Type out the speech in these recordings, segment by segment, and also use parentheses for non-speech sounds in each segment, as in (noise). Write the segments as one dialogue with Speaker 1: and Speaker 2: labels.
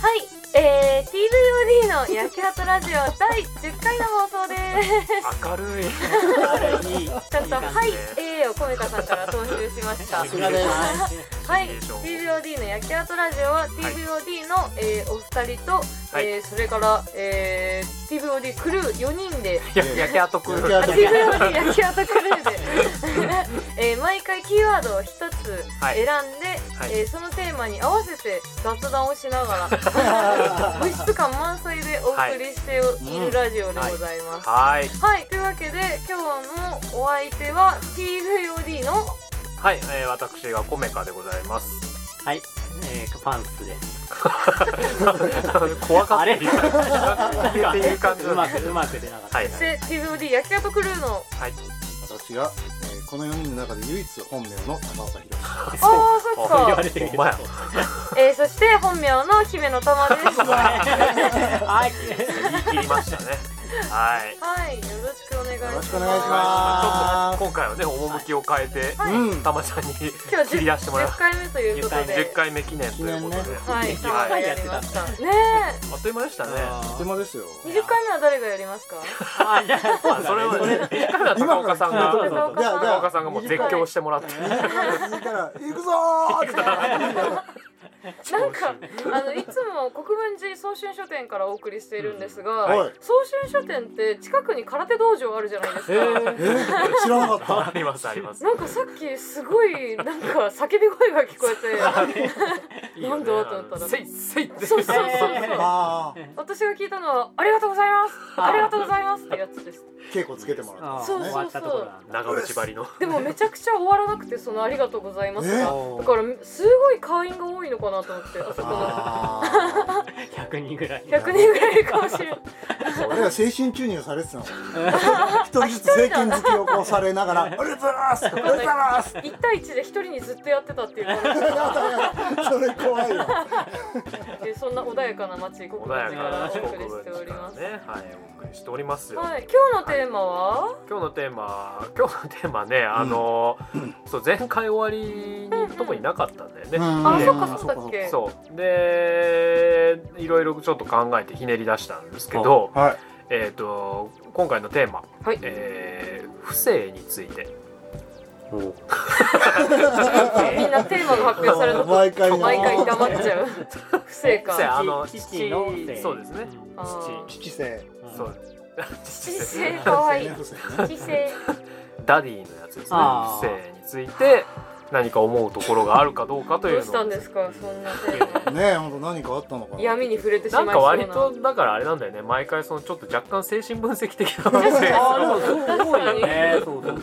Speaker 1: はい、えー、TVOD の焼きハトラジオ第10回の放送です。
Speaker 2: 明るい。いい。ちょ
Speaker 1: ちょっと、はい、えーを米田さんから踏襲しま
Speaker 2: (laughs)
Speaker 1: した。
Speaker 2: さすが
Speaker 1: は
Speaker 2: です
Speaker 1: い、TVOD の焼きハトラジオは TVOD の、えーお二人と、
Speaker 2: はい
Speaker 1: えーそれから、えー、TVOD クルー4人で、
Speaker 2: や焼け跡くる。
Speaker 1: あ TVOD 焼きハトクルーで、え (laughs) ー毎回キーワードを一つ
Speaker 2: は
Speaker 1: 選
Speaker 2: い
Speaker 1: んで、
Speaker 2: はい
Speaker 1: えーそのテーマに合わせて雑談をしながら、
Speaker 2: (laughs)
Speaker 1: 物質感満載でお送りしているラジオでございます。
Speaker 2: はい。
Speaker 1: はい、というわけで今日のお相手は TVOD の
Speaker 2: はい、えー、私がコメカでございます。
Speaker 3: はい、えー、パンツです。
Speaker 2: 怖が
Speaker 3: あ
Speaker 2: って
Speaker 3: れ
Speaker 2: る。っていう感じ
Speaker 3: うまく、うまく出なかった。
Speaker 2: はいはい。
Speaker 1: で TVOD 焼き方クルーの
Speaker 2: はい。
Speaker 4: 私が、えーこの4人の中で唯一本名の高岡宏
Speaker 1: あーそっ
Speaker 2: あ
Speaker 3: 言
Speaker 1: か
Speaker 3: わ、れてみる
Speaker 2: ほんまや
Speaker 1: えー、そして本名の姫の玉
Speaker 2: (laughs)
Speaker 1: ですは
Speaker 3: はい、
Speaker 2: 言い切りましたね。はい。
Speaker 1: い、よろしくお願いします
Speaker 4: よろしくお願いしま
Speaker 2: ちょっと今回はね、趣を変えて、
Speaker 1: はい
Speaker 4: うん
Speaker 2: たまちゃんに
Speaker 1: 今日
Speaker 2: 切り出しても
Speaker 1: 10,
Speaker 2: らう
Speaker 1: 10。回目ということで
Speaker 2: 10回目記念ということで。
Speaker 4: 記念
Speaker 2: は
Speaker 1: はいい、
Speaker 3: 10回
Speaker 1: 玉がや
Speaker 3: やって
Speaker 1: り
Speaker 3: た
Speaker 1: ましたね
Speaker 2: あっという間でしたね。
Speaker 4: とてもですよ
Speaker 1: え20回目は誰がやりますか
Speaker 3: あ、じゃあ、そ
Speaker 2: ま
Speaker 3: う
Speaker 2: あ
Speaker 3: だ
Speaker 2: それを
Speaker 3: ね
Speaker 2: ね、一回目は高岡さん
Speaker 3: そうそう
Speaker 2: が、
Speaker 3: そう
Speaker 1: じゃあじゃあ
Speaker 2: 高岡さんがもう絶叫してもらって。
Speaker 4: 次から行くぞーって
Speaker 1: なんかあのいつも国分寺早春書店からお送りしているんですが、
Speaker 4: うんはい
Speaker 1: 早春書店って近くに空手道場あるじゃないですか、
Speaker 2: えー
Speaker 4: 知らなかっ
Speaker 2: (laughs) ありますあります。
Speaker 1: なんかさっきすごいなんか叫び声が聞こえてなんだと思ったら
Speaker 2: せいせいって。
Speaker 1: そうそうそうそう
Speaker 3: え
Speaker 4: たああ
Speaker 1: 私が聞いたのは「ありがとうございますありがとうございます」ってやつです
Speaker 4: 稽古つけてもらっ
Speaker 3: あー
Speaker 1: そうそうそう
Speaker 3: 終わったところなんだ。
Speaker 2: 長渕張りの。
Speaker 1: でもめちゃくちゃ終わらなくてその「ありがとうございます
Speaker 4: え
Speaker 1: が」
Speaker 3: お
Speaker 1: だ
Speaker 3: ー
Speaker 1: からすごい会員が多いのかなと思ってあそ
Speaker 4: た
Speaker 1: この
Speaker 4: あ
Speaker 3: 100人ぐらい。
Speaker 1: 100人ぐらいいるかもしれない
Speaker 4: あ俺ら精神注入されてたの一人ずつ政権好きをこうされながら「ありがとうございますありがとうございます」
Speaker 1: 1対1で1人にずっとやってたっていうの
Speaker 4: やだやだそれ怖いよ
Speaker 1: でそんな穏やかな街国分
Speaker 2: 穏や
Speaker 1: 寺
Speaker 2: かな
Speaker 1: から
Speaker 2: 四
Speaker 1: お
Speaker 2: 国
Speaker 1: 送りしてお
Speaker 2: 文
Speaker 1: りま
Speaker 2: 化
Speaker 1: す、
Speaker 2: ね、はい、お送りしておりますよ。
Speaker 1: はい、今日のテーマは、
Speaker 2: 今日のテーマ、今日のテーマね、あの、そう前回終わりに特になかったんだよね。
Speaker 1: あ
Speaker 2: うん
Speaker 1: そっかそうだっけ
Speaker 2: そうでいろいろちょっと考えてひねり出したんですけど、
Speaker 4: はい
Speaker 2: えー、と今回のテーマ、
Speaker 1: はい
Speaker 2: えー不正について
Speaker 1: みんなテーマが発表されると
Speaker 4: 毎回な
Speaker 1: 毎回黙っちゃう不正
Speaker 2: 不正
Speaker 1: か
Speaker 2: あの
Speaker 3: 父のせい
Speaker 2: そうですね。
Speaker 1: あー
Speaker 4: 父性
Speaker 3: うん (laughs)
Speaker 2: そう
Speaker 1: 不正かわいい
Speaker 4: 不正ね
Speaker 1: 不正
Speaker 2: ダディのやつですね
Speaker 3: あ
Speaker 2: 不
Speaker 3: ー
Speaker 2: 正について何か思うところがあるかどうかとい
Speaker 1: ど
Speaker 2: う
Speaker 1: うしたん
Speaker 2: の
Speaker 1: ですかそんなテー
Speaker 4: 不正ねえ本当何かあったのか
Speaker 1: マ
Speaker 4: な
Speaker 1: 闇に触れてしま
Speaker 2: ないん
Speaker 1: そう
Speaker 2: か
Speaker 1: な
Speaker 2: 割とだからあれなんだよね毎回そのちょっと若干精神分析的な
Speaker 1: 確 (laughs) かに
Speaker 3: あー、でもそう多いよね。そうそう
Speaker 4: 本当だな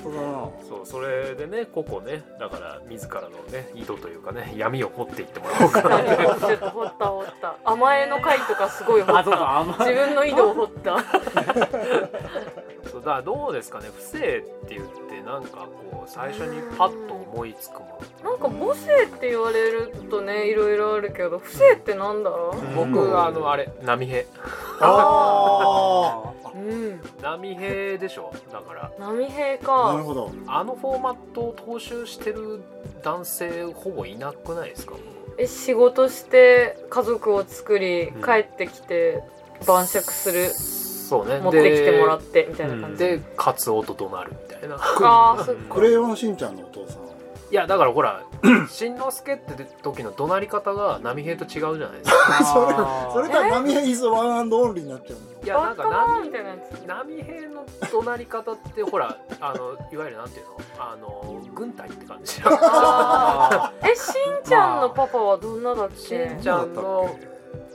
Speaker 2: そうそれでね個々ねだから自らのね井戸というかね闇を持っていってもらおうか
Speaker 1: (laughs)
Speaker 2: なって
Speaker 1: ちょっと掘った掘った甘えの回とかすごい掘
Speaker 3: あ、
Speaker 1: っ
Speaker 3: そう
Speaker 1: た
Speaker 3: か、甘
Speaker 1: 自
Speaker 3: い。
Speaker 1: 分の井戸を掘った
Speaker 2: そうだからどうですかね不正って言ってなんかこう最初にパッと思いつくも
Speaker 1: なんか母性って言われるとねいろいろあるけど不正ってなんだろ
Speaker 2: の、
Speaker 4: うん
Speaker 2: 僕はあのあれ波平
Speaker 4: あ
Speaker 1: ううん
Speaker 2: (laughs) 波平でしょだから
Speaker 1: 波平
Speaker 4: あなる
Speaker 1: か
Speaker 4: ほど
Speaker 2: あのフォーマットを踏襲してる男性ほぼいなくないですか
Speaker 1: え仕事して家族を作り
Speaker 2: うん
Speaker 1: 帰ってきて晩酌する
Speaker 2: そうね
Speaker 1: 持ってきてもらっててみたいな感じ
Speaker 2: でカツオと怒鳴るみたいな
Speaker 1: あーそっか
Speaker 4: クレヨンしんちゃんのお父さん
Speaker 2: (laughs) いやだからほら (clears throat) しんのすけって時の怒鳴り方が波平と違うじゃないで
Speaker 1: (laughs)
Speaker 2: すか
Speaker 3: あー
Speaker 4: それとは波平イズワンアンドオンリーになっちゃうの
Speaker 2: いや
Speaker 1: バ
Speaker 2: なん
Speaker 1: ッ
Speaker 2: か
Speaker 1: カモ
Speaker 2: 波
Speaker 1: ンみたいなやつ
Speaker 2: 波平の怒鳴り方ってほらあのいわゆるなんていうのあの軍隊って感じ (laughs)
Speaker 1: あーえしんちゃんのパパはどんなだっ
Speaker 2: し
Speaker 1: け
Speaker 2: んちゃんの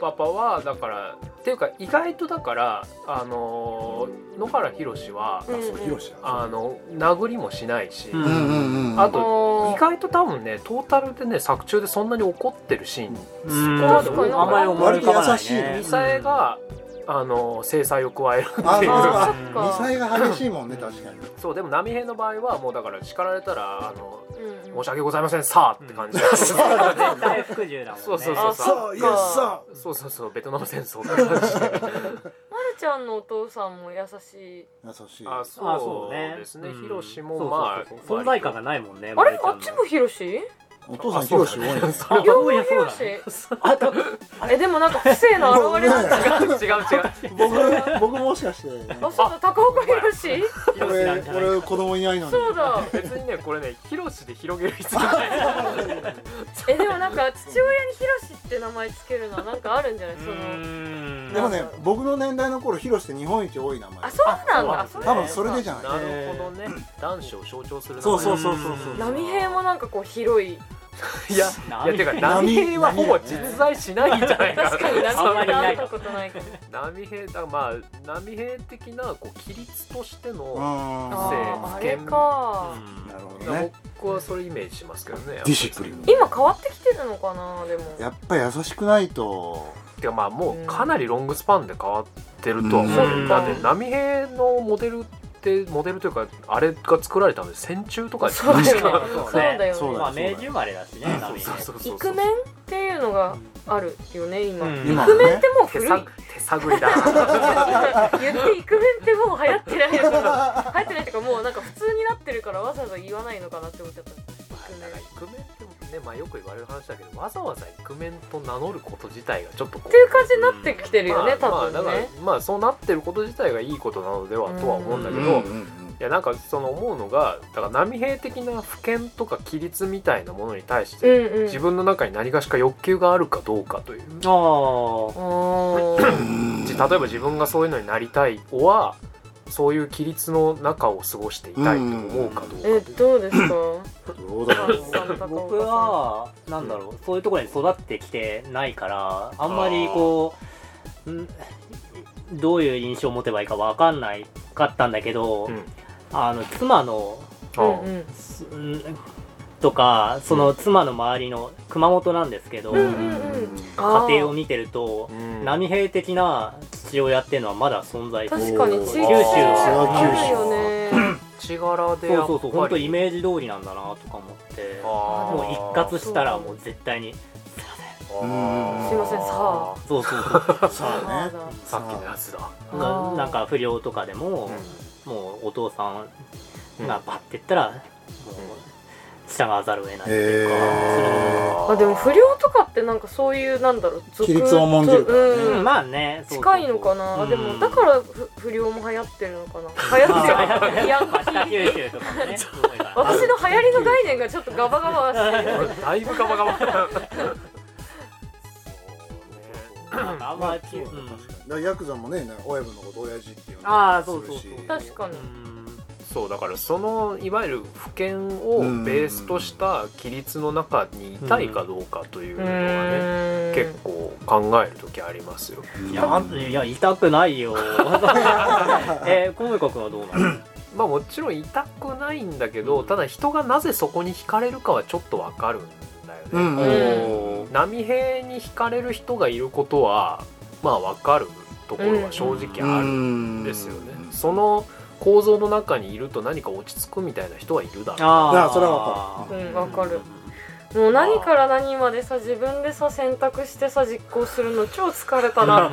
Speaker 2: パパはだからっていうか意外とだからあの野原宏は
Speaker 1: うん
Speaker 4: そうヒロシ
Speaker 2: あの殴りもしないし、
Speaker 3: うん
Speaker 4: うんうんうん
Speaker 2: あと
Speaker 1: あ
Speaker 2: 意外と多分ねトータルでね作中でそんなに怒ってるシーン
Speaker 3: うん
Speaker 1: 確かに
Speaker 3: 甘い思い浮かばないね。
Speaker 4: 割と優しいね
Speaker 2: ミサエが、あの制裁を加えるって
Speaker 4: あ
Speaker 2: いう
Speaker 4: ー
Speaker 1: あー
Speaker 3: う
Speaker 1: そ
Speaker 3: ん
Speaker 1: っか
Speaker 4: 2歳が激しいもんね確かに
Speaker 2: そうでも波平の場合はもうだから叱られたらあの
Speaker 1: うんう
Speaker 2: 申
Speaker 1: ん
Speaker 2: し訳ございませんさあって感じです、
Speaker 3: 絶対服従だもんね
Speaker 2: そうそう
Speaker 1: あ
Speaker 2: そう
Speaker 1: そっ
Speaker 2: そ
Speaker 1: か
Speaker 2: う
Speaker 4: そうイエスさ
Speaker 2: うそうそうそうベトナム戦争の話で
Speaker 4: (laughs)
Speaker 1: まるちゃんのお父さんも優しい
Speaker 4: 優しい
Speaker 2: あそうですね
Speaker 3: うん
Speaker 2: ヒロシもまあ
Speaker 3: そうそうそう存在感がないもんね
Speaker 1: あれ
Speaker 3: 森ちゃ
Speaker 1: あ
Speaker 3: ん
Speaker 1: っ
Speaker 3: の
Speaker 1: ちもヒロシ
Speaker 4: お父さん
Speaker 2: あ
Speaker 4: ヒ
Speaker 2: そう
Speaker 4: ロ
Speaker 2: だ
Speaker 4: シ多い
Speaker 2: ね
Speaker 4: ね
Speaker 3: あ
Speaker 1: 両
Speaker 3: そう
Speaker 1: 方
Speaker 3: や
Speaker 1: ヒ
Speaker 3: そう
Speaker 1: ロ
Speaker 3: だ
Speaker 1: シ
Speaker 3: ね (laughs)
Speaker 1: あとえでもなんか不正の表れだった
Speaker 2: 違う違う
Speaker 4: 僕僕もしかして
Speaker 1: あそうだ高岡ヒロシ
Speaker 3: ヒロシ
Speaker 4: 俺
Speaker 3: なんじゃない (laughs)
Speaker 4: 俺子供いないのに
Speaker 1: そうだ
Speaker 2: 別にねこれねヒロシで広げる必要
Speaker 4: (laughs)
Speaker 2: ない
Speaker 1: (laughs) えでもなんか父親にヒロシって名前つけるのはなんかあるんじゃないうその
Speaker 3: ーん
Speaker 4: でもね僕の年代の頃ヒロシって日本一多い名前
Speaker 1: あそうなんだ
Speaker 3: あそう
Speaker 4: 多分それでじゃない
Speaker 2: なるほどね男子を象徴する名前
Speaker 4: そうそうそうそうそう
Speaker 1: 波平もなんかこう広い
Speaker 2: いやい
Speaker 3: 波
Speaker 2: やてか波平はほぼ
Speaker 4: 波
Speaker 2: 実在しないんじゃないか
Speaker 1: 確かに
Speaker 3: あんま
Speaker 1: 波
Speaker 3: り
Speaker 1: 平
Speaker 3: な
Speaker 1: 会
Speaker 3: い
Speaker 1: ったことないけど
Speaker 2: 波平だまあ波平的なこう規律として
Speaker 4: う
Speaker 2: の、
Speaker 4: ん
Speaker 2: あー
Speaker 1: あれか
Speaker 4: なるほどね
Speaker 2: 僕はそれイメージしますけどね
Speaker 4: ディシプリン
Speaker 1: 今変わってきてるのかなでも
Speaker 4: やっぱ優しくないと
Speaker 2: てかまあもうかなりロングスパンで変わってるとは思う、
Speaker 3: うん
Speaker 2: だって波平のモデルってモデルというかあれが作られたので戦中とか
Speaker 1: そうだよね
Speaker 3: う
Speaker 1: そうだ
Speaker 4: そう
Speaker 1: よね
Speaker 3: まあ明治生まれだしね波
Speaker 2: そう
Speaker 3: 平
Speaker 2: そうそうそう
Speaker 1: イクメンっていうのがあるよね今
Speaker 3: うん
Speaker 1: イ
Speaker 4: 今
Speaker 1: ク
Speaker 4: は
Speaker 1: メンっ
Speaker 4: ね
Speaker 1: てもう
Speaker 2: 手
Speaker 1: 古い
Speaker 2: (laughs) 探手探りだ
Speaker 1: 言ってイクメンってもう流行ってないよ流行ってないっていうかもうなんか普通になってるからわざわざ言わないのかなって思っちゃった
Speaker 2: なんかイクメンってね、まあ、よく言われる話だけどわざわざイクメンと名乗ること自体がちょっと
Speaker 1: っ
Speaker 2: こう
Speaker 1: ていう感じになってきてるよね、
Speaker 2: まあ
Speaker 1: 多分ね、
Speaker 2: まあ、だからまあそうなってること自体がいいことなのではとは思うんだけ
Speaker 1: う
Speaker 2: ど、
Speaker 1: ん
Speaker 2: いやなんかその思うのがだから波平的な普遍とか規律みたいなものに対して、
Speaker 1: うんうん
Speaker 2: 自分の中に何かしか欲求があるかどうかという、
Speaker 3: あ
Speaker 1: あ
Speaker 2: (laughs) じ例えば自分がそういうのになりたいおはそういう規律の中を過ごしていたいと思うかどうかとい
Speaker 1: ーえ
Speaker 2: う、
Speaker 1: どうですか
Speaker 4: どうだろう
Speaker 1: 高岡さん
Speaker 3: 僕はなんだろうそういうところに育ってきてないからあんまりこうんどういう印象を持てばいいか分かんないかったんだけど、
Speaker 2: うん
Speaker 3: あの妻の
Speaker 2: あ
Speaker 1: うんうん
Speaker 3: すんとかその妻の周りの熊本なんですけど、
Speaker 1: うんうんうんあー
Speaker 3: 家庭を見てると
Speaker 2: あうん
Speaker 3: 波平的な父親っていうのはまだ存在す
Speaker 1: 確
Speaker 3: る
Speaker 1: かに地域
Speaker 3: 九州
Speaker 1: あるよね
Speaker 2: 血柄で
Speaker 3: そ
Speaker 2: やっぱり
Speaker 3: うそうそう本当イメージ通りなんだなとか思って
Speaker 2: あー
Speaker 3: もう一括したらもう絶対に「すいません
Speaker 4: うん
Speaker 1: すいませんさあ
Speaker 3: そうそうそう
Speaker 4: さあね
Speaker 2: さっきのやつだ
Speaker 1: あ
Speaker 3: な
Speaker 1: ー
Speaker 3: なんか不良とかでも、もうお父さんがバッて言ったら、もう従わざるを得ないっていうか、
Speaker 4: へ
Speaker 1: あでも不良とかってなんかそういうなんだろう
Speaker 4: 規律を重んじるからね
Speaker 3: その
Speaker 1: うん
Speaker 3: うんまあねそうそうそう
Speaker 1: 近いのかな、あで
Speaker 3: う
Speaker 1: も
Speaker 3: ん
Speaker 1: だからふ不良も流行ってるのかな流行ってるヤンキ
Speaker 3: 北
Speaker 1: ー
Speaker 3: 九州とかもねすごいから
Speaker 1: (laughs) 私の流行りの概念がちょっとガバガ
Speaker 3: (laughs)
Speaker 1: バしてる
Speaker 2: (laughs) だいぶガバガバ
Speaker 3: なんかあんまり、うん
Speaker 4: うんヤクザもね親分のこと親父っていう
Speaker 3: ああそうそうそう
Speaker 1: 確かに
Speaker 2: (laughs) そうだからそのいわゆる不権をベースとした規律の中にいたいかどうかというのがね、
Speaker 1: う
Speaker 2: 結構考える時ありますよ。
Speaker 3: いやまずいや痛くないよ (laughs) えー、コミコ君は (clears throat) どうなの
Speaker 2: まあもちろん痛くないんだけど、ただ人がなぜそこに惹かれるかはちょっとわかるんだよね。
Speaker 4: うんうん
Speaker 2: 波平に惹かれる人がいることはまあわかるところは正直ある
Speaker 4: ん
Speaker 2: ですよね、その構造の中にいると何か落ち着くみたいな人はいるだろ
Speaker 3: あ
Speaker 4: いやそれはわ
Speaker 1: かるうんわかる
Speaker 3: うん
Speaker 1: もう何から何までさ自分でさ選択してさ実行するの超疲れた
Speaker 3: (laughs)
Speaker 1: な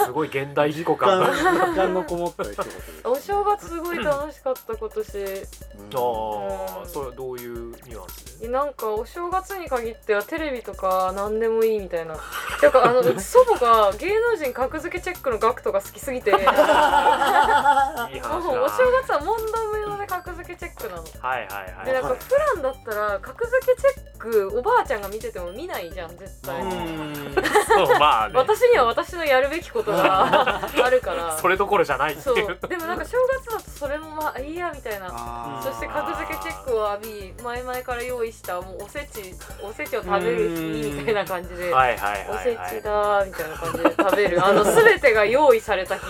Speaker 2: うすごい現代事故感が
Speaker 4: 感感のこもった一言
Speaker 1: お正月すごい楽しかった今年
Speaker 2: あ
Speaker 1: う
Speaker 2: あ
Speaker 1: ん
Speaker 2: それはどういうニュアンスで
Speaker 1: でなんかお正月に限ってはテレビとか何でもいいみたいなていうかあ
Speaker 2: (laughs)
Speaker 1: のうち祖母が芸能人格付けチェックの額とか好きすぎてもうお正月
Speaker 2: いい話だ
Speaker 1: は問答無用で格付けチェックなの
Speaker 2: はいはい
Speaker 1: で
Speaker 2: は
Speaker 1: ないんか普段だったら格付けチェックおばあちゃんが見てても見ないじゃん絶対
Speaker 4: うん
Speaker 2: そうまあね
Speaker 1: 私には私のやるべきことがあるから
Speaker 2: (laughs) それどころじゃないって
Speaker 1: そう
Speaker 2: いう
Speaker 1: でもなんか正月だとそれもまあいいやみたいな
Speaker 4: あ
Speaker 1: そして格付けチェックを浴び前々から用意したもうおせちおせちを食べる日みたいな感じで、
Speaker 2: はいはい
Speaker 1: お
Speaker 2: は
Speaker 1: せ
Speaker 2: いはい
Speaker 1: ちだーみたいな感じで食べるあの全てが用意された日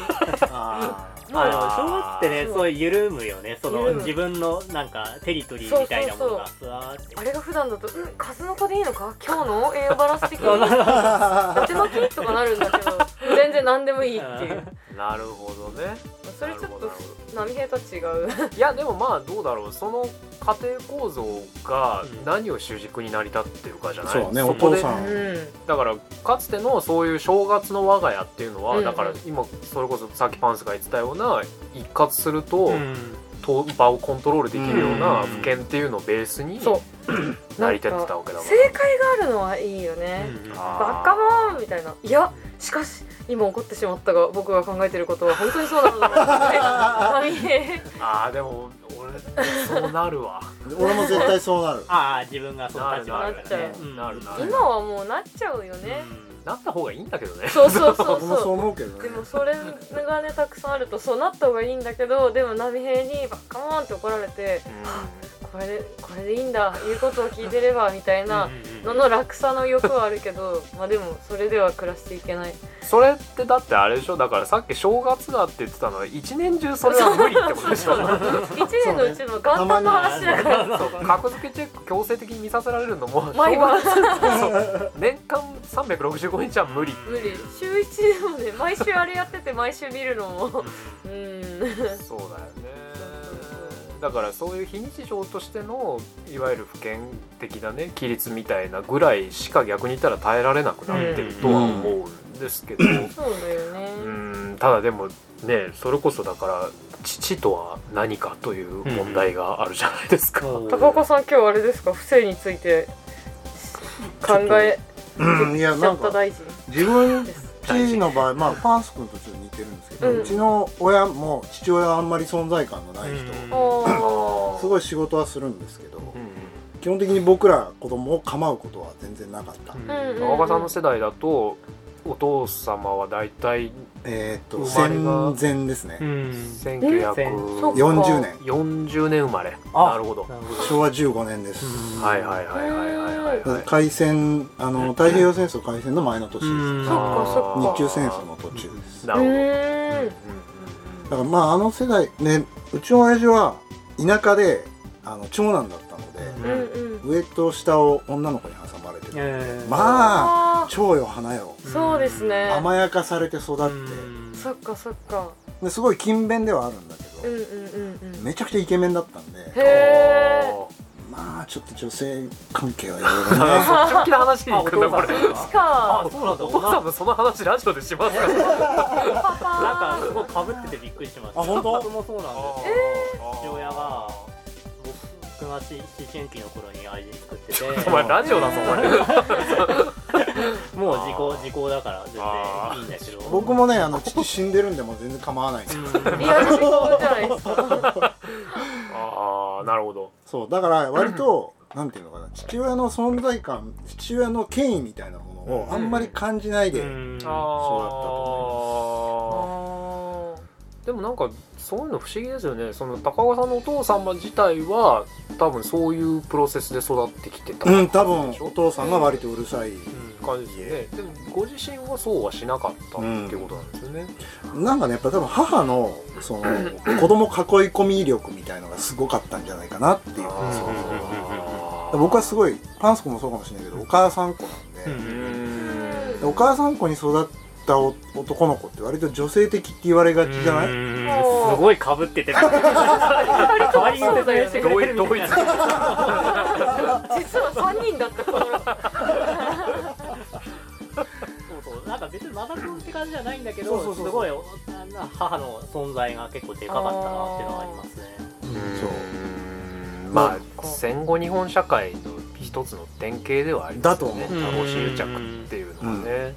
Speaker 4: あ
Speaker 3: まあでも正月ってね
Speaker 1: そう
Speaker 3: そう緩むよねその
Speaker 1: 緩む
Speaker 3: 自分のなんかテリトリーみたいなものがふわーって
Speaker 1: あれが普段だと「うん数
Speaker 2: (laughs)
Speaker 1: の子でいいのか今日の栄養バランス的に」伊
Speaker 4: ー
Speaker 1: 達巻きとかなるんだけど全然何でもいいっていう
Speaker 2: なるほどね
Speaker 1: それちょっ
Speaker 2: なる
Speaker 1: と
Speaker 2: ほど
Speaker 1: 波平と違う
Speaker 2: いやでもまあどうだろうその家庭構造が
Speaker 3: うん
Speaker 2: 何を主軸に成り立ってるかじゃない
Speaker 4: そうね
Speaker 2: こ
Speaker 4: お
Speaker 2: で
Speaker 4: 父さ
Speaker 1: うんん
Speaker 2: だからかつてのそういう正月の我が家っていうのは、
Speaker 1: うん
Speaker 2: だから今それこそさっきパンスが言ってたような一括すると、場をコントロールできるような
Speaker 3: うん
Speaker 2: 不見っていうのをベースに
Speaker 1: そう
Speaker 2: (clears throat) 成り立ってたわけだもん
Speaker 1: 正解があるのはいいよね、バカモンみたいないやしかし今怒ってしまったが僕が考えてることは本当にそうなのだろうって波平
Speaker 2: あーでも俺そうなるわ
Speaker 4: 俺も絶対そうなる
Speaker 3: ああ自分がその
Speaker 2: なる
Speaker 3: 立場
Speaker 2: な
Speaker 3: だ
Speaker 2: る
Speaker 1: な
Speaker 3: か
Speaker 1: っち
Speaker 3: ら
Speaker 1: ゃ
Speaker 3: ね
Speaker 1: う
Speaker 3: うん
Speaker 2: なるなる
Speaker 1: 今はもうなっちゃうよね、
Speaker 2: なった方がいいんだけどね
Speaker 1: そうそうそう
Speaker 4: 僕も (laughs) そう
Speaker 1: そ
Speaker 4: 思うけど
Speaker 1: うで
Speaker 4: ね
Speaker 1: もそれがねたくさんあるとそうなった方がいいんだけどでも波平にバカモンって怒られてこれでこれでいいんだ言うことを聞いてればみたいなのの落差の欲はあるけどまあでもそれでは暮らしていけない
Speaker 2: それってだってあれでしょだからさっき正月だって言ってたのは一年中それは無理ってことでしょ
Speaker 1: 1年のうちの元旦の話だから
Speaker 2: そう格付けチェック強制的に見させられるのも
Speaker 1: 毎晩
Speaker 2: 正月そう年間365日は無理
Speaker 1: 無理週1でも (laughs) ね毎週あれやってて毎週見るのもうん
Speaker 2: そうだよねだからそういう非日常としてのいわゆる普遍的なね規律みたいなぐらいしか逆に言ったら耐えられなくなってるとは思うんですけど、
Speaker 1: そうだよね
Speaker 2: うんただでもねそれこそだから父とは何かという問題があるじゃないですか、
Speaker 1: 高岡さん今日あれですか不正について考え
Speaker 4: うんいや
Speaker 1: ちゃ
Speaker 4: なん
Speaker 1: った
Speaker 4: か
Speaker 1: 大臣
Speaker 4: 自分
Speaker 1: です
Speaker 4: 父の場合まあパンス君とちょっと似てるんですけど、
Speaker 1: う
Speaker 4: うんちの親も父親はあんまり存在感のない人、
Speaker 1: あー
Speaker 2: あ
Speaker 4: すごい仕事はするんですけど、
Speaker 2: うん
Speaker 4: 基本的に僕ら子供を構うことは全然なかった、
Speaker 1: うん
Speaker 2: 高岡さんの世代だとお父様は大体
Speaker 4: えーっと
Speaker 2: 生まれが
Speaker 4: 戦前ですね、
Speaker 1: そっか
Speaker 2: 1940
Speaker 4: 40年
Speaker 2: 年生まれ
Speaker 3: あ
Speaker 2: なるほど
Speaker 3: なる
Speaker 4: 昭和15年です、
Speaker 3: ほど
Speaker 2: はいはいはいはいはいはいはい
Speaker 4: 海戦あの太平洋戦争開戦の前の年です、
Speaker 3: うん
Speaker 1: そっかそっか
Speaker 4: 日中戦争の途中です、
Speaker 2: な
Speaker 1: う
Speaker 2: るほど
Speaker 1: ーん
Speaker 4: だからまああの世代ねうちの親父は田舎であの長男だったので、
Speaker 1: うんうん
Speaker 4: 上と下を女の子に挟まれてる、
Speaker 3: えー
Speaker 4: まあ
Speaker 1: あ
Speaker 4: 蝶よ花よ
Speaker 1: ーそうですね
Speaker 4: 甘やかされて育っ
Speaker 3: うん
Speaker 1: そっかそっか
Speaker 4: てですごい勤勉ではあるんだけ
Speaker 1: うん
Speaker 4: ど、
Speaker 1: うんうんうん
Speaker 4: めちゃくちゃイケメンだったんで
Speaker 1: へえ
Speaker 4: まあちょっと女性関係はい
Speaker 2: あ (laughs) そ
Speaker 4: ろ
Speaker 2: っち向きな話に行くんだこれ
Speaker 1: か
Speaker 3: あそうなんだ
Speaker 2: お父さんもその話ラジオでしますから
Speaker 1: パパ
Speaker 3: なんかすごいかぶっててびっくりしました
Speaker 4: あ本当
Speaker 3: 僕もそうなんですよ
Speaker 2: 父
Speaker 3: 父親が僕が思春期の頃に愛人作ってて
Speaker 2: お前ラジオだぞお前
Speaker 3: もう時効時効だから全
Speaker 2: あー
Speaker 3: 然いいんだけど
Speaker 4: ね僕もねあの父死んでるんでもう全然構わないんですよ
Speaker 1: リアルそうじゃないですか
Speaker 2: ああなるほど
Speaker 4: そうだから割となんていうのかな父親の存在感父親の権威みたいなものをあんまり感じないで、
Speaker 3: うん
Speaker 2: あ
Speaker 1: あ
Speaker 2: でもなんかそういうの不思議ですよねその高岡さんのお父様自体は多分そういうプロセスで育ってきてた
Speaker 4: うん、多分
Speaker 2: でしょ
Speaker 4: お父さんが割とうるさい、
Speaker 2: 感じですよねでもご自身はそうはしなかったっていうことなんですよね、
Speaker 4: なんかねやっぱ多分母のその子供囲い込み力みたいのがすごかったんじゃないかなっていう
Speaker 3: ー
Speaker 4: そう
Speaker 3: うん
Speaker 4: 僕はす
Speaker 2: い
Speaker 4: ごいパンスコもそうかもしれないけどお母さん子なんで、
Speaker 3: うん
Speaker 4: でお母さん子に育ったお男の子って割と女性的って言われがちじゃな
Speaker 3: う
Speaker 4: い、
Speaker 3: ん
Speaker 1: そう
Speaker 3: (laughs) すごいかぶってて代わりに説明してく
Speaker 2: 同
Speaker 3: れて
Speaker 2: 一
Speaker 3: る
Speaker 2: 同
Speaker 3: みたい
Speaker 2: 一
Speaker 3: な
Speaker 1: あ実は三人だったこの
Speaker 3: そうそうなんか別にマダ君って感じじゃないんだけど
Speaker 4: そうそうそう
Speaker 3: すごいおあんな母の存在が結構でかかったなっていうのはありますね
Speaker 2: うんまあ戦後日本社会の一つの典型ではありますよね
Speaker 4: だと
Speaker 3: 思う
Speaker 2: 多子癒着っていうのはね、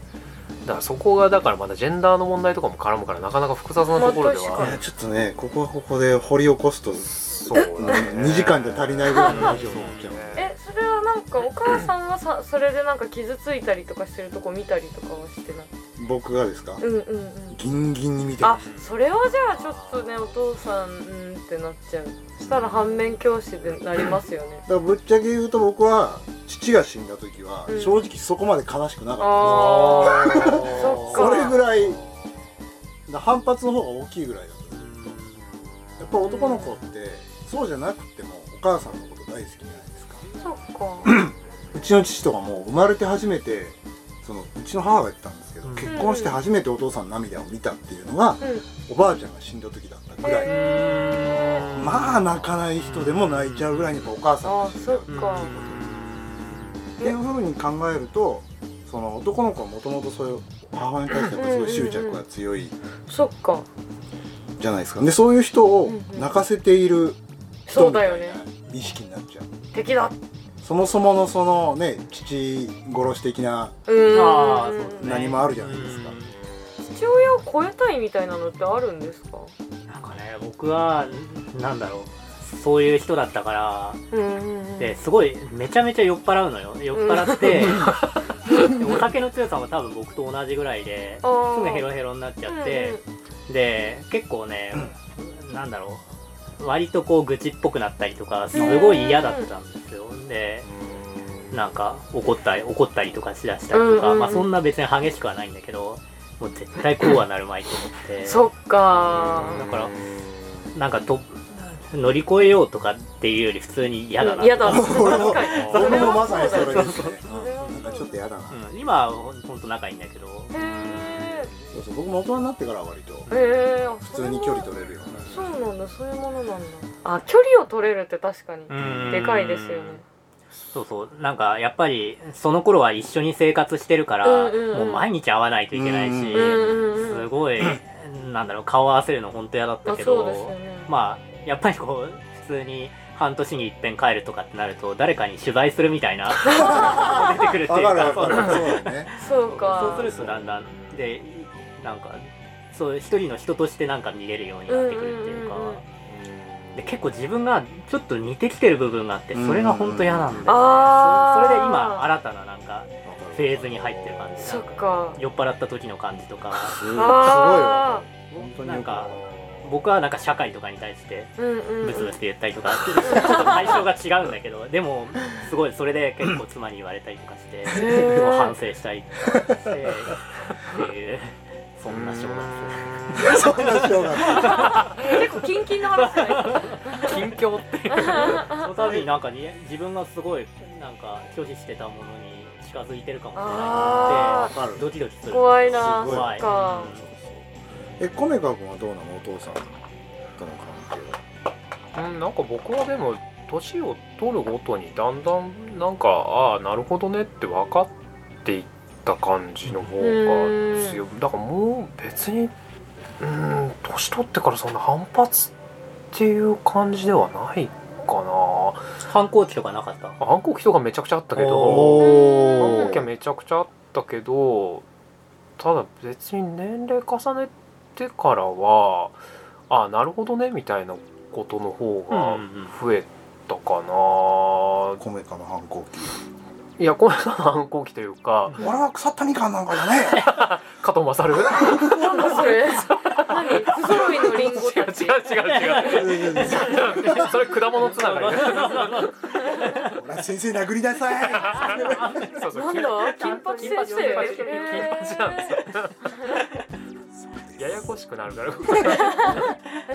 Speaker 2: だからそこがだからまだジェンダーの問題とかも絡むからなかなか複雑なところでは、
Speaker 1: まあ
Speaker 4: いやちょっとねここはここで掘り起こすと、
Speaker 2: そうだね
Speaker 4: 2時間で足りないぐらいのラジオになっちゃう
Speaker 1: えそれはなんかお母さんはさそれでなんか傷ついたりとかしてるとこ見たりとかはしてない
Speaker 4: 僕がですか、
Speaker 1: うんうんうん
Speaker 4: ギンギンに見てる
Speaker 1: あそれはじゃあちょっとねお父さんうんってなっちゃうしたら反面教師でなりますよね
Speaker 4: だからぶっちゃけ言うと僕は父が死んだ時は
Speaker 1: うん
Speaker 4: 正直そこまで悲しくなかっ
Speaker 1: あそ
Speaker 4: た、
Speaker 1: っ
Speaker 4: そ
Speaker 1: か
Speaker 4: れぐらいだから反発の方が大きいぐらいだったやっぱ男の子ってそうじゃなくてもお母さんのこと大好きじゃないですか
Speaker 1: あそっか
Speaker 4: うちの父とかもう生まれて初めてそのうちの母が言ってたんですけけど、
Speaker 3: うん
Speaker 4: 結婚して初めてお父さんの涙を見たっていうのが、おばあちゃんが死んだ時だったぐらい、
Speaker 1: へー
Speaker 4: まあ泣かない人でも泣いちゃうぐらいにやっぱお母さんが死んだっていうこと
Speaker 1: あそっ
Speaker 3: う
Speaker 4: っていうふうに考えるとその男の子はもともとそういう母親に対してやっぱすごい執着が強い
Speaker 1: そっか
Speaker 4: じゃないですかでそういう人を泣かせている
Speaker 1: そう
Speaker 4: 人み
Speaker 1: だ
Speaker 4: た
Speaker 1: よ
Speaker 4: いな
Speaker 1: ね
Speaker 4: 意識になっちゃう
Speaker 1: 敵だ
Speaker 4: そもそものそのね父殺し的な
Speaker 1: うーん
Speaker 3: ああそうですね
Speaker 4: 何もあるじゃないですか
Speaker 1: 父親を超えたいみたいなのってあるんですか
Speaker 3: なんかね僕はなんだろうそういう人だったから
Speaker 1: うんうんうん
Speaker 3: ですごいめちゃめちゃ酔っ払うのよ酔っ払って、でお酒の強さも多分僕と同じぐらいです
Speaker 1: あー
Speaker 3: ぐヘロヘロになっちゃって、
Speaker 1: うん
Speaker 3: で結構ね、なんだろう割とこう愚痴っぽくなったりとかすごい嫌だったんですよ、でなんか怒ったり怒ったりとかしだしたりと
Speaker 1: う
Speaker 3: か、
Speaker 1: んうん
Speaker 3: まあ、そんな別に激しくはないんだけどもう絶対こうはなるまいと思っ
Speaker 1: う
Speaker 3: て
Speaker 1: んそっか
Speaker 3: だからなんかと乗り越えようとかっていうより普通に嫌だな
Speaker 1: 嫌だ
Speaker 4: 俺
Speaker 1: 確
Speaker 4: も
Speaker 1: かに
Speaker 4: 俺もまさにそれ
Speaker 1: へ
Speaker 4: ですねうんなんかちょっと嫌だな、
Speaker 3: うん、今はほんほんと仲いいんだけど
Speaker 1: え
Speaker 4: そうそう僕も大人になってからは割と
Speaker 1: へえあ
Speaker 4: 普通に距離取れるようにな
Speaker 1: それはそうなんだそういうものなんだあ距離を取れるって確かに
Speaker 3: うん
Speaker 1: でかいですよね
Speaker 3: そうそうなんかやっぱりその頃は一緒に生活してるから、
Speaker 1: うんうんうん
Speaker 3: もう毎日会わないといけないし、
Speaker 4: うん
Speaker 1: うんうんう
Speaker 3: す
Speaker 1: ん
Speaker 3: ご
Speaker 1: (clears throat)
Speaker 3: い、なんだろう顔合わせるの本当嫌だった
Speaker 1: あ
Speaker 3: け
Speaker 1: そう
Speaker 3: ど、
Speaker 1: ですよね
Speaker 3: まあやっぱりこう普通に半年に一遍帰るとかってなると誰かに取材するみた
Speaker 1: (laughs)
Speaker 3: いな出てくるっていう
Speaker 4: わかる
Speaker 3: か
Speaker 4: わかる
Speaker 3: そう
Speaker 4: そうだね
Speaker 1: そうか
Speaker 3: そうするとだんだんでなんかそう一人の人としてなんか見れるようになってくるっていうか。
Speaker 1: うんうんうんうん
Speaker 3: で結構自分がちょっと似てきてる部分があってそれが本当嫌なんだよ、
Speaker 1: あー
Speaker 3: そそれで今新たななんかフェーズに入ってる感じ
Speaker 1: そっか
Speaker 3: 酔っ払った時の感じとか
Speaker 4: すごい
Speaker 1: あ
Speaker 4: 本当に
Speaker 3: なんか僕はなんか社会とかに対して
Speaker 1: うんうん
Speaker 3: ブツブツ言ったりとか、ちょ
Speaker 1: (laughs)
Speaker 3: っと対象が違うんだけどでもすごいそれで結構妻に言われたりとかして
Speaker 1: ー
Speaker 3: でも反省したりとかしてっていうそんな正月
Speaker 4: そんなしょうがない
Speaker 1: 結構キンキンの話じゃないで
Speaker 4: (laughs)
Speaker 1: すか
Speaker 2: (laughs) 近況っていう
Speaker 3: その度になんかに自分がすごいなんか拒否してたものに近づいてるかもしれな
Speaker 1: あ
Speaker 4: わか
Speaker 3: い
Speaker 4: る
Speaker 3: ってドキドキする
Speaker 1: 怖いな
Speaker 3: すごい
Speaker 1: そっか
Speaker 4: え米川君はどうなのお父さんとの関係は
Speaker 2: うんなんか僕はでも年を取るごとにだんだんなんかああなるほどねって分かっていった感じの方が強いだからもう別にうん年取ってからそんな反発っていう感じではないか
Speaker 3: 反抗期とかなかった
Speaker 2: な反抗期とかめちゃくちゃあったけど
Speaker 1: お
Speaker 2: 反抗期はめちゃくちゃあったけどただ別に年齢重ねてからはああなるほどねみたいなことの方が
Speaker 3: うんうん
Speaker 2: 増えたかな、
Speaker 4: 米川の反抗
Speaker 1: (laughs)
Speaker 4: 期
Speaker 2: いやこの人の反抗期というか
Speaker 4: 俺は腐ったみかんなんかだね
Speaker 2: 加藤勝違
Speaker 1: なんだそれ何不揃いのリンゴ
Speaker 2: う
Speaker 1: たち
Speaker 2: 違う違う違 (laughs) う
Speaker 1: (laughs)
Speaker 2: それ果物つながり
Speaker 4: 俺は先生殴りなさい
Speaker 2: そうそう
Speaker 1: なんだ金八先生
Speaker 2: 金八金
Speaker 1: へー
Speaker 2: 八なんですよややこしくなるから
Speaker 1: だっ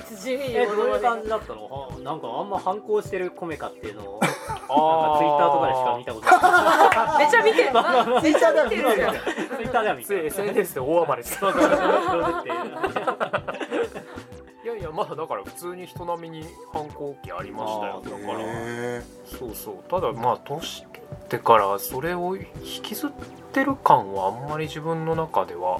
Speaker 1: て地味
Speaker 3: え
Speaker 1: よ
Speaker 3: どういう感じだったのあなんかあんま反抗してるコメカっていうの (laughs) をなんか
Speaker 2: あ
Speaker 3: ツイッターとかでしか見たことな
Speaker 1: めちゃ見てるなめちゃ見てるじゃん
Speaker 3: いツイッターでは見
Speaker 2: つい
Speaker 3: て
Speaker 2: SNS で大暴れしてた
Speaker 3: そうそうそう
Speaker 2: いやいやまあだから普通に人並みに反抗期ありましたよだ
Speaker 3: あ
Speaker 2: か
Speaker 3: ー
Speaker 2: ら
Speaker 4: へ
Speaker 2: そうそうただまあ年取ってからそれを引きずってる感はあんまり自分の中では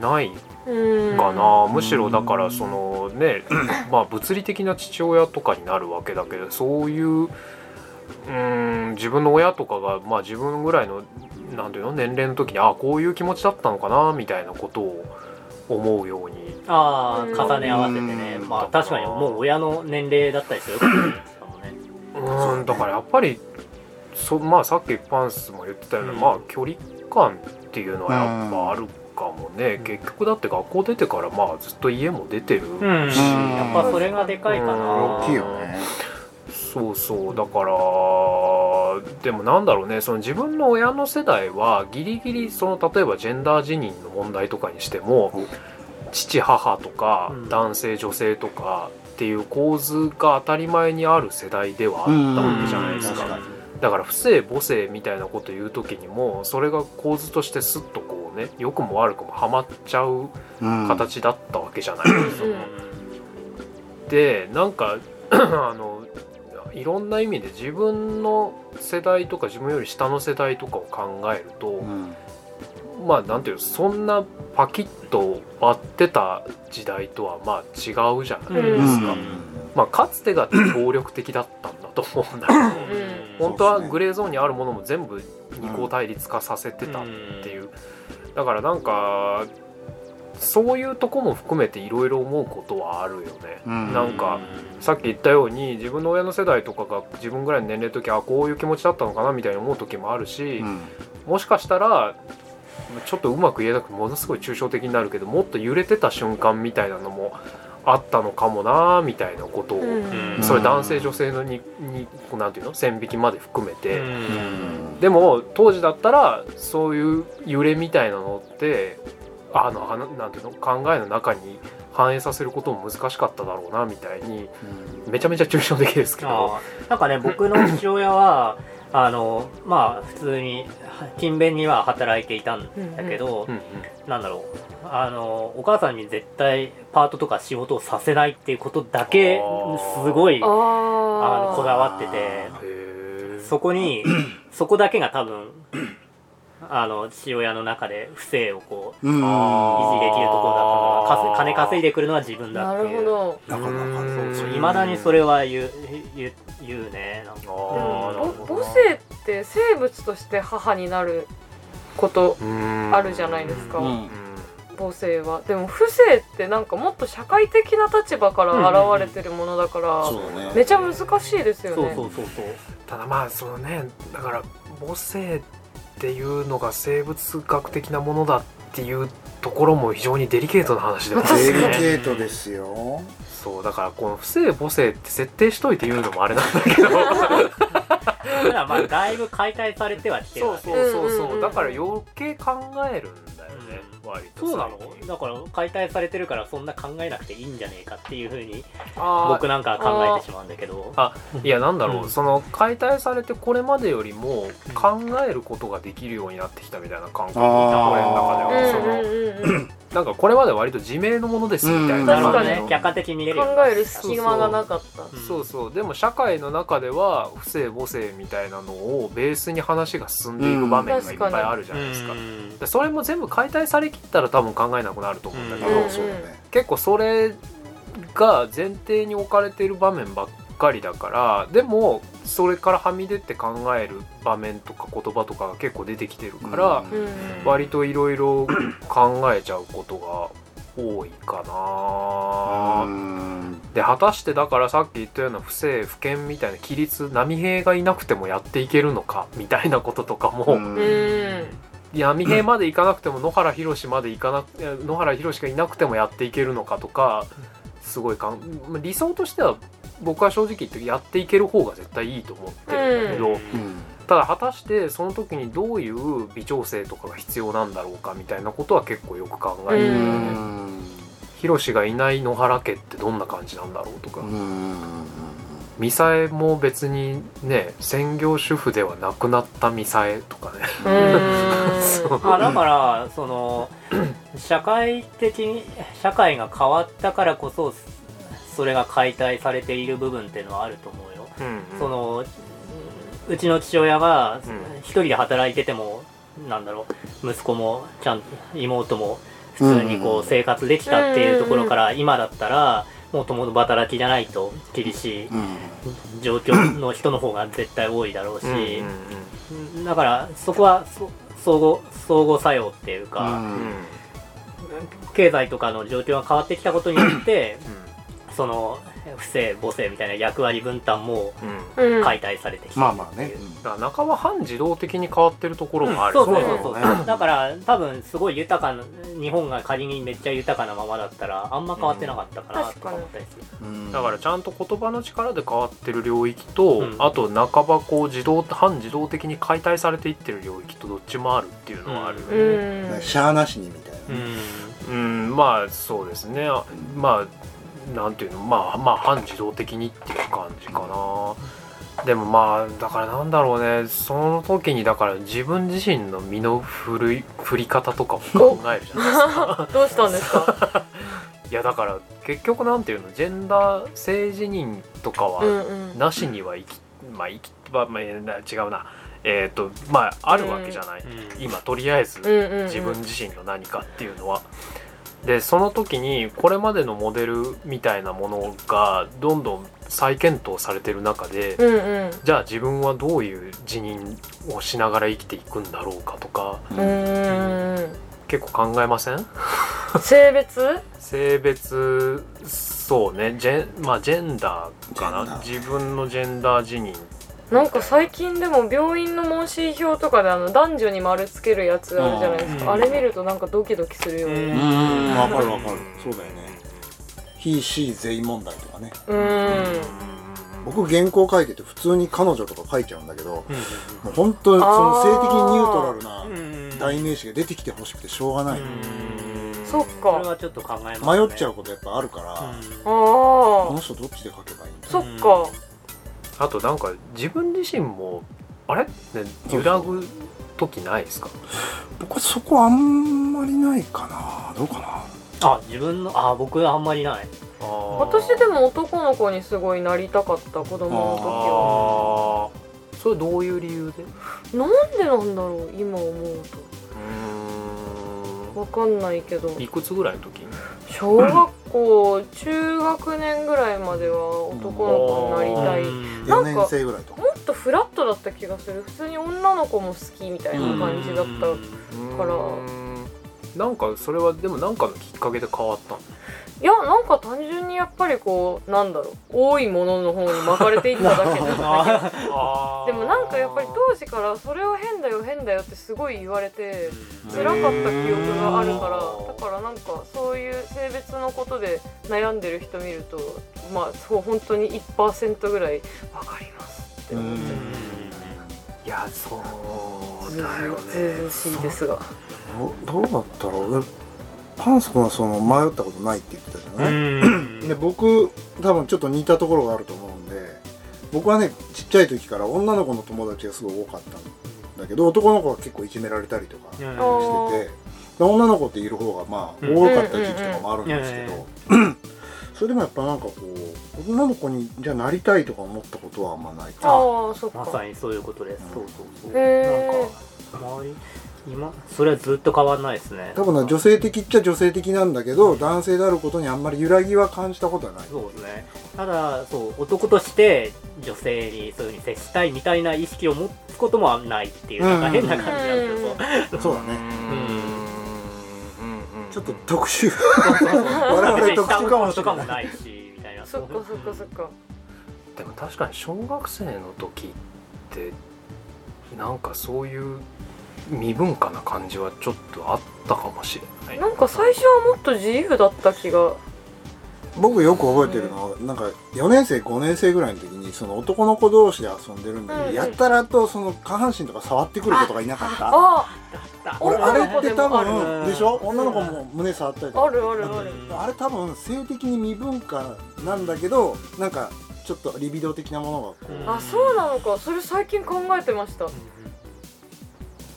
Speaker 2: ない
Speaker 1: うん
Speaker 2: かな、むしろだからそのね、 (clears throat) まあ、物理的な父親とかになるわけだけどそういううーん自分の親とかが、まあ、自分ぐらいのなんていうの年齢の時にああこういう気持ちだったのかなみたいなことを思うように
Speaker 3: (laughs) ああ重ね合わせてね
Speaker 4: うん
Speaker 3: まあ確かにもう親の年齢だったりするからねしかもね
Speaker 2: うーんだからやっぱりそ、まあ、さっきパンスも言ってたような、
Speaker 3: うん
Speaker 2: まあ、距離感っていうのはやっぱあるかもね、
Speaker 3: うん
Speaker 2: 結局だって学校出てから、まあ、ずっと家も出てるし、
Speaker 3: うんやっぱそれがでかいかな
Speaker 2: うん
Speaker 4: 大きいよね
Speaker 2: そうそうだからでもなんだろうねその自分の親の世代はギリギリその例えばジェンダー自認の問題とかにしても
Speaker 4: お
Speaker 2: 父母とか
Speaker 3: うん
Speaker 2: 男性女性とかっていう構図が当たり前にある世代ではあったわけじゃないです
Speaker 4: うん
Speaker 2: か
Speaker 4: 確か
Speaker 2: だから不正母性みたいなこと言う時にもそれが構図としてスッとこうね良くも悪くもハマっちゃう
Speaker 4: うん
Speaker 2: 形だったわけじゃないですか。でなんか (clears throat) あのいろんな意味で自分の世代とか自分より下の世代とかを考えると、
Speaker 4: うん
Speaker 2: まあなんていうのそんなパキッと割ってた時代とはまあ違うじゃないですか、
Speaker 4: うん
Speaker 2: まあ、かつてが暴力的だったんだと思うんだけど (laughs) 本当はグレーゾーンにあるものも全部二項対立化させてたっていうだからなんかそういうとこも含めていろいろ思うことはあるよね、
Speaker 4: うん
Speaker 2: なんかさっき言ったように自分の親の世代とかが自分ぐらいの年齢の時あこういう気持ちだったのかなみたいに思う時もあるし、
Speaker 4: うん
Speaker 2: もしかしたらちょっとうまく言えなくてものすごい抽象的になるけどもっと揺れてた瞬間みたいなのもあったのかもなーみたいなことを、
Speaker 4: ん
Speaker 2: それ男性女性のににこうなんていうの線引きまで含めて、
Speaker 4: うん
Speaker 2: でも当時だったらそういう揺れみたいなのってあのあのなんていうの考えの中に反映させることも難しかっただろうなみたいにめちゃめちゃ抽象的ですけど。
Speaker 3: あーなんかね僕の父親はあのまあ普通に勤勉には働いていたんだけど、
Speaker 2: うんうん
Speaker 3: なんだろうあのお母さんに絶対パートとか仕事をさせないっていうことだけ
Speaker 2: あー
Speaker 3: すごい
Speaker 1: あ
Speaker 3: あの
Speaker 1: の
Speaker 3: こだわってて
Speaker 2: へー
Speaker 3: そこにそこだけが多分あの父親の中で不正をこう
Speaker 4: うん
Speaker 2: あ
Speaker 3: 維持できるところだっ
Speaker 2: あー
Speaker 3: たから金稼いでくるのは自分だ
Speaker 1: な
Speaker 3: って
Speaker 1: る
Speaker 3: い
Speaker 1: ほ
Speaker 3: う
Speaker 1: ど
Speaker 4: だからなんかそう
Speaker 3: いまだにそれは言う言う言うねなんか
Speaker 1: で
Speaker 2: あーなる
Speaker 1: も
Speaker 2: ほど
Speaker 1: ぼ
Speaker 2: な
Speaker 1: 母性って生物として母になること
Speaker 2: あ
Speaker 1: あるじゃないですか、
Speaker 4: う
Speaker 2: うんん
Speaker 1: 母性はでも不性ってなんかもっと社会的な立場から現れてるものだから、
Speaker 4: そうだ
Speaker 1: め
Speaker 4: ね
Speaker 1: ちゃ難しいですよ
Speaker 3: そう
Speaker 1: ね
Speaker 3: そうそうそう
Speaker 2: ただまあそのねだから母性っていうのが生物学的なものだっていうところも非常にデリケートな話でもある
Speaker 1: 確
Speaker 2: し
Speaker 4: デリ
Speaker 2: ね
Speaker 4: ケートですよ
Speaker 2: そうだからこの不正母性って設定しといて言うのもあれなんだけど
Speaker 3: だからまあだいぶ解体されてはきてるわけ
Speaker 1: そうそうそう
Speaker 2: だから余計考えるんだよね、割と
Speaker 3: そうなの
Speaker 2: 最近
Speaker 3: だから解体されてるからそんな考えなくていいんじゃねえかっていうふうに
Speaker 2: あ
Speaker 3: 僕なんかは考えてしまうんだけど
Speaker 2: あーいやなんだろう、
Speaker 3: うん
Speaker 2: その解体されてこれまでよりも考えることができるようになってきたみたいな感覚だ俺の中で
Speaker 1: うん
Speaker 2: はそ
Speaker 4: あー
Speaker 2: の
Speaker 1: うんうんうん
Speaker 2: なんかこれまで割と自明のものですみたいな、
Speaker 1: うん確かに
Speaker 3: ね客観的に見れるよ
Speaker 1: 考える隙間がなかった
Speaker 3: うん
Speaker 2: そうそうでも社会の中では不正母性みたいなのをベースに話が進んでいく場面がいっぱいあるじゃないですか,、
Speaker 3: うん
Speaker 2: でそれも全部解体されきったら多分考えなくなると思うんだけ
Speaker 4: あ
Speaker 2: ど、
Speaker 1: うん
Speaker 4: そうだね
Speaker 2: 結構それが前提に置かれてる場面ばっかりだからでもそれからはみ出て考える場面とか言葉とかが結構出てきてるから、
Speaker 1: うん
Speaker 2: 割といろいろ考えちゃうことが多いかな、
Speaker 4: うん
Speaker 2: で果たしてだからさっき言ったような不正不権みたいな規律波平がいなくてもやっていけるのかみたいなこととかも、
Speaker 4: うん
Speaker 1: うん
Speaker 2: 闇平までいかなくても野原宏まで (clears throat) いかなえー野原宏がいなくてもやっていけるのかとかすごいかんまあ理想としては僕は正直言ってやっていける方が絶対いいと思ってるんだけど、
Speaker 3: うん
Speaker 4: うん
Speaker 2: ただ果たしてその時にどういう微調整とかが必要なんだろうかみたいなことは結構よく考え
Speaker 1: う
Speaker 2: る
Speaker 1: ん
Speaker 2: 宏がいない野原家ってどんな感じなんだろうとか。
Speaker 4: うん
Speaker 2: ミサエも別にね専業主婦ではなくなったミサエとかね
Speaker 3: (laughs)
Speaker 1: うん
Speaker 2: そう
Speaker 3: あだからその社会的に社会が変わったからこそそれが解体されている部分っていうのはあると思うよ
Speaker 2: (laughs)
Speaker 3: そのうちの父親が
Speaker 2: うん
Speaker 3: 一人で働いてても、なんだろう息子もちゃんと妹も普通に
Speaker 4: うんうん
Speaker 3: こ
Speaker 4: うん
Speaker 3: う生活できたっていうところから、今だったらもう共働きじゃないと厳しい
Speaker 4: うん
Speaker 3: 状況の人の方が絶対多いだろうし、
Speaker 2: うんうん
Speaker 3: だからそこはそ相互相互作用っていう
Speaker 4: う
Speaker 3: か、
Speaker 2: うんうん
Speaker 4: ん
Speaker 3: 経済とかの状況が変わってきたことによってその不正母性みたいな役割分担も
Speaker 2: うんうん
Speaker 1: うん
Speaker 3: 解体されてきたっていう、
Speaker 4: まあまあね
Speaker 2: だから半ば半自動的に変わってるところもある
Speaker 3: そ
Speaker 2: よ
Speaker 3: うそう
Speaker 2: ね
Speaker 3: そうそう
Speaker 4: うん
Speaker 3: だから多分すごい豊かな日本が仮にめっちゃ豊かなままだったらあんま変わってなかったか
Speaker 1: うん
Speaker 3: な
Speaker 1: 確
Speaker 3: とか
Speaker 1: かに
Speaker 3: 思ったりする、
Speaker 4: うん
Speaker 2: だからちゃんと言葉の力で変わってる領域と、
Speaker 3: うん
Speaker 2: あと半ばこう自動半自動的に解体されていってる領域とどっちもあるっていうのはあるよね、
Speaker 1: うん
Speaker 4: しゃあなしにみたいな
Speaker 2: うんまあそうですねあまあなんていうのまあまあ半自動的にっていう感じかなでもまあだからなんだろうねその時にだから自分自身の身の振る振り方とかも考えるじゃないですか
Speaker 1: どうしたんですか
Speaker 2: いやだから結局なんていうのジェンダー性自認とか
Speaker 1: う
Speaker 2: は
Speaker 1: んうん
Speaker 2: なしには生き、まあ生きまあ、まあ、違うなえっ、とまああるわけじゃない、今とりあえず
Speaker 1: うんうんうん
Speaker 2: 自分自身の何かっていうのは。でその時にこれまでのモデルみたいなものがどんどん再検討されてる中で、
Speaker 1: うんうん
Speaker 2: じゃあ自分はどういう辞任をしながら生きていくんだろうかとか
Speaker 1: うーん
Speaker 2: 結構考えません
Speaker 1: 性別
Speaker 2: 性別そうねジェン,、まあ、ジェンダーかな
Speaker 4: ジ
Speaker 2: 自分のジェンダー辞任
Speaker 1: なんか最近でも病院の問診票とかであの男女に丸つけるやつあるじゃないですか
Speaker 2: う
Speaker 1: あ
Speaker 2: ん
Speaker 1: れ見るとなんかドキドキするよ
Speaker 2: う
Speaker 4: う
Speaker 1: ね
Speaker 4: んわかるわかるそうだよね非 C 全員問題とかね
Speaker 1: うーん
Speaker 4: 僕原稿書いてて普通に彼女とか書いちゃうんだけど
Speaker 2: うん
Speaker 4: もう本当にその性的にニュートラルな
Speaker 2: うん
Speaker 4: 代名詞が出てきてほしくてしょうがない、
Speaker 1: そっ
Speaker 3: それ
Speaker 1: か
Speaker 3: はちょっと考えます、ね、
Speaker 4: 迷っちゃうことやっぱあるから、
Speaker 1: あ
Speaker 4: こ
Speaker 1: ー
Speaker 4: の人どっちで書けばいいんだ
Speaker 1: そっか
Speaker 2: あとなんか自分自身もあれって揺らぐ時ないですか
Speaker 4: 僕はそこあんまりないかなどうかな
Speaker 3: あ自分のあ僕あんまりない
Speaker 1: 私でも男の子にすごいなりたかった子供の時は
Speaker 2: あーそれどういう理由で
Speaker 1: なんでなんだろう今思うとわかんないけど
Speaker 2: いくつぐらいの時
Speaker 1: 小学校中学年ぐらいまでは男の子になりたいも
Speaker 3: うん
Speaker 1: なん
Speaker 4: 4
Speaker 1: か
Speaker 4: 年生ぐらいとか
Speaker 1: っとフラットだった気がする普通に女の子も好きみたいな感じだったから
Speaker 2: なんかそれはでもなんかのきっかけで変わったんだ
Speaker 1: いやなんか単純にやっぱりこうなんだろう多いものの方に巻かれていっただけ
Speaker 3: (laughs)
Speaker 1: なんだけどでもなんかやっぱり当時からそれは変だよ変だよってすごい言われて辛かった記憶があるからだからなんかそういう性別のことで悩んでる人見るとまあそう本当に1%ぐらい分かりますって思っちゃう
Speaker 2: いやそう
Speaker 1: ず
Speaker 2: だよ
Speaker 1: うずう
Speaker 2: ね
Speaker 1: ずうしいですが
Speaker 4: どどうだったろうえパンス君はその迷ったことないって言ってたじゃない、で僕多分ちょっと似たところがあると思うんで僕はねちっちゃい時から女の子の友達がすごい多かったんだけど男の子は結構いじめられたりとかしてて、
Speaker 1: あー
Speaker 4: で女の子っている方がまあ
Speaker 3: うん
Speaker 4: 多かった時期とかもあるんですけど、
Speaker 3: うんうん
Speaker 4: それでもやっぱなんかこう女の子にじゃあなりたいとか思ったことはあんまないか
Speaker 1: ああそっ
Speaker 3: ま
Speaker 1: か
Speaker 3: さにそういうことです、そうそうそう
Speaker 1: へー
Speaker 3: なんか周り今それはずっと変わんないですね
Speaker 4: 多分な女性的っちゃ女性的なんだけど男性であることにあんまり揺らぎは感じたことはない
Speaker 3: そうですねただそう男として女性にそういうふうに接したいみたいな意識を持つこともないっていうなんか変な感じなんですよ、
Speaker 1: うん
Speaker 4: そうだね
Speaker 2: うん
Speaker 4: ちょっと特殊
Speaker 3: そう
Speaker 4: 我々特殊かもしれ
Speaker 3: とかも
Speaker 4: ない
Speaker 3: (laughs) ないしみたいな
Speaker 1: そっかそっかそっか
Speaker 2: でも確かに小学生の時ってなんかそういう未文化な感じはちょっとあったかもしれない
Speaker 1: なんか最初はもっと自由だった気が
Speaker 4: 僕よく覚えてるのは、なんか4年生5年生ぐらいの時にその男の子同士で遊んでるんだけど、
Speaker 1: うんうん
Speaker 4: やたらとその下半身とか触ってくることがいなかった
Speaker 1: あ
Speaker 4: 俺
Speaker 1: 女
Speaker 4: あ
Speaker 1: の
Speaker 4: れ
Speaker 1: 子
Speaker 4: って
Speaker 1: で
Speaker 4: 多
Speaker 1: もある
Speaker 4: 分でしょ女の子も胸触ったりと
Speaker 1: あ
Speaker 4: か
Speaker 1: あるあるある
Speaker 4: あれ多分性的に未文化なんだけどなんかちょっとリビドー的なものがこ
Speaker 1: あそうなのかそれ最近考えてました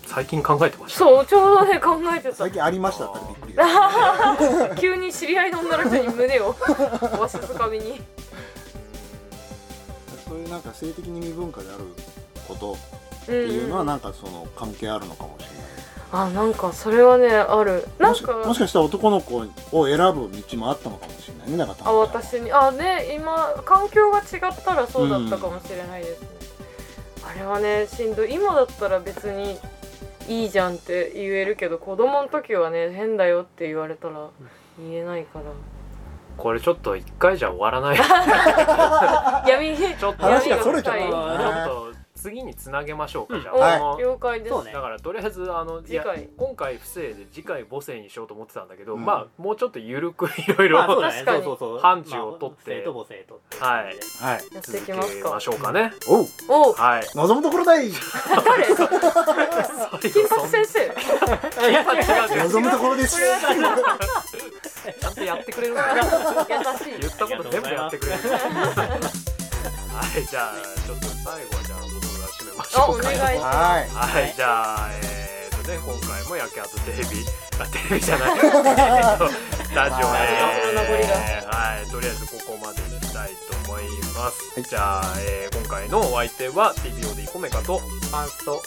Speaker 2: 最近考えてました
Speaker 1: そうちょうどね考えて
Speaker 4: う
Speaker 1: た
Speaker 4: 最近ありましたってびっくりだった
Speaker 1: 急に知り合いの女の人に胸をわしづかみに
Speaker 4: そういうなんか性的に未文化であることっ
Speaker 1: って
Speaker 4: ていうのはなんかその関係あるのかもしれな
Speaker 1: あなんかそれはねある
Speaker 4: い
Speaker 1: な
Speaker 4: も
Speaker 1: ん
Speaker 4: し
Speaker 1: か
Speaker 4: もしかしたら男の子を選ぶ道もあったのかもしれないねだから
Speaker 1: あ私にあね今環境が違ったらそうだったかもしれないですね、あれはねしんどい今だったら別にいいじゃんって言えるけど子供の時はね変だよって言われたら言えないから
Speaker 4: (laughs)
Speaker 2: これちょっと一回じゃ終わらない
Speaker 1: 闇
Speaker 2: ちょっと
Speaker 4: 話が
Speaker 1: 闇
Speaker 4: それちゃっ
Speaker 1: 深い
Speaker 3: たな
Speaker 2: ちょっと次につなげましょうか、
Speaker 3: うん
Speaker 2: じゃあ、
Speaker 4: はい
Speaker 2: この
Speaker 1: 了解です
Speaker 3: そうね
Speaker 2: だからとりあえずあのい
Speaker 1: 次
Speaker 2: や
Speaker 1: 回
Speaker 2: 今回不正で次回母性にしようと思ってたんだけど、
Speaker 4: うん
Speaker 2: まあもうちょっとゆるくいろいろ
Speaker 3: まあそう
Speaker 2: は
Speaker 3: だね
Speaker 1: 確かに
Speaker 3: そうそうそう
Speaker 2: 範疇を取って
Speaker 3: まあ生徒母生徒って
Speaker 2: はい
Speaker 4: はい
Speaker 1: やってい
Speaker 2: 続
Speaker 1: き
Speaker 2: け
Speaker 1: ますか
Speaker 2: ましょうかね
Speaker 4: おう
Speaker 1: おう
Speaker 2: はい
Speaker 4: 望むところだい
Speaker 1: 誰金八先
Speaker 2: 生
Speaker 1: 生
Speaker 3: いや違う
Speaker 4: 望むところです
Speaker 1: これは違う
Speaker 2: ちゃんとやってくれるんだよ
Speaker 1: 優しい
Speaker 2: 言ったこと全部やってくれるはいはいじゃあちょっと最後はじゃあ僕が締めまし
Speaker 1: あ
Speaker 2: ょ
Speaker 1: お
Speaker 2: うか
Speaker 1: 願いします
Speaker 4: はい
Speaker 2: はいじゃあえーとね今回も焼け跡テレビあテレビじゃないえーとスタ
Speaker 1: あ名
Speaker 2: ジオへ、
Speaker 1: 残だ
Speaker 2: はいとりあえずここまでにしたいと思います、じゃあ、えー今回のお相手は TBOD コメカと
Speaker 3: パンスト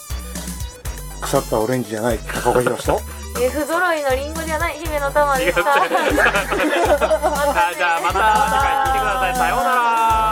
Speaker 4: 腐ったオレンジじゃない高岡宏と
Speaker 1: え不揃いのリンゴじゃない姫 (laughs) の玉でした。
Speaker 2: 違うじゃあまた次回聞いてくださいさようなら